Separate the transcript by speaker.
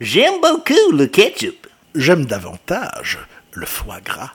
Speaker 1: J'aime beaucoup le ketchup.
Speaker 2: J'aime davantage le foie gras.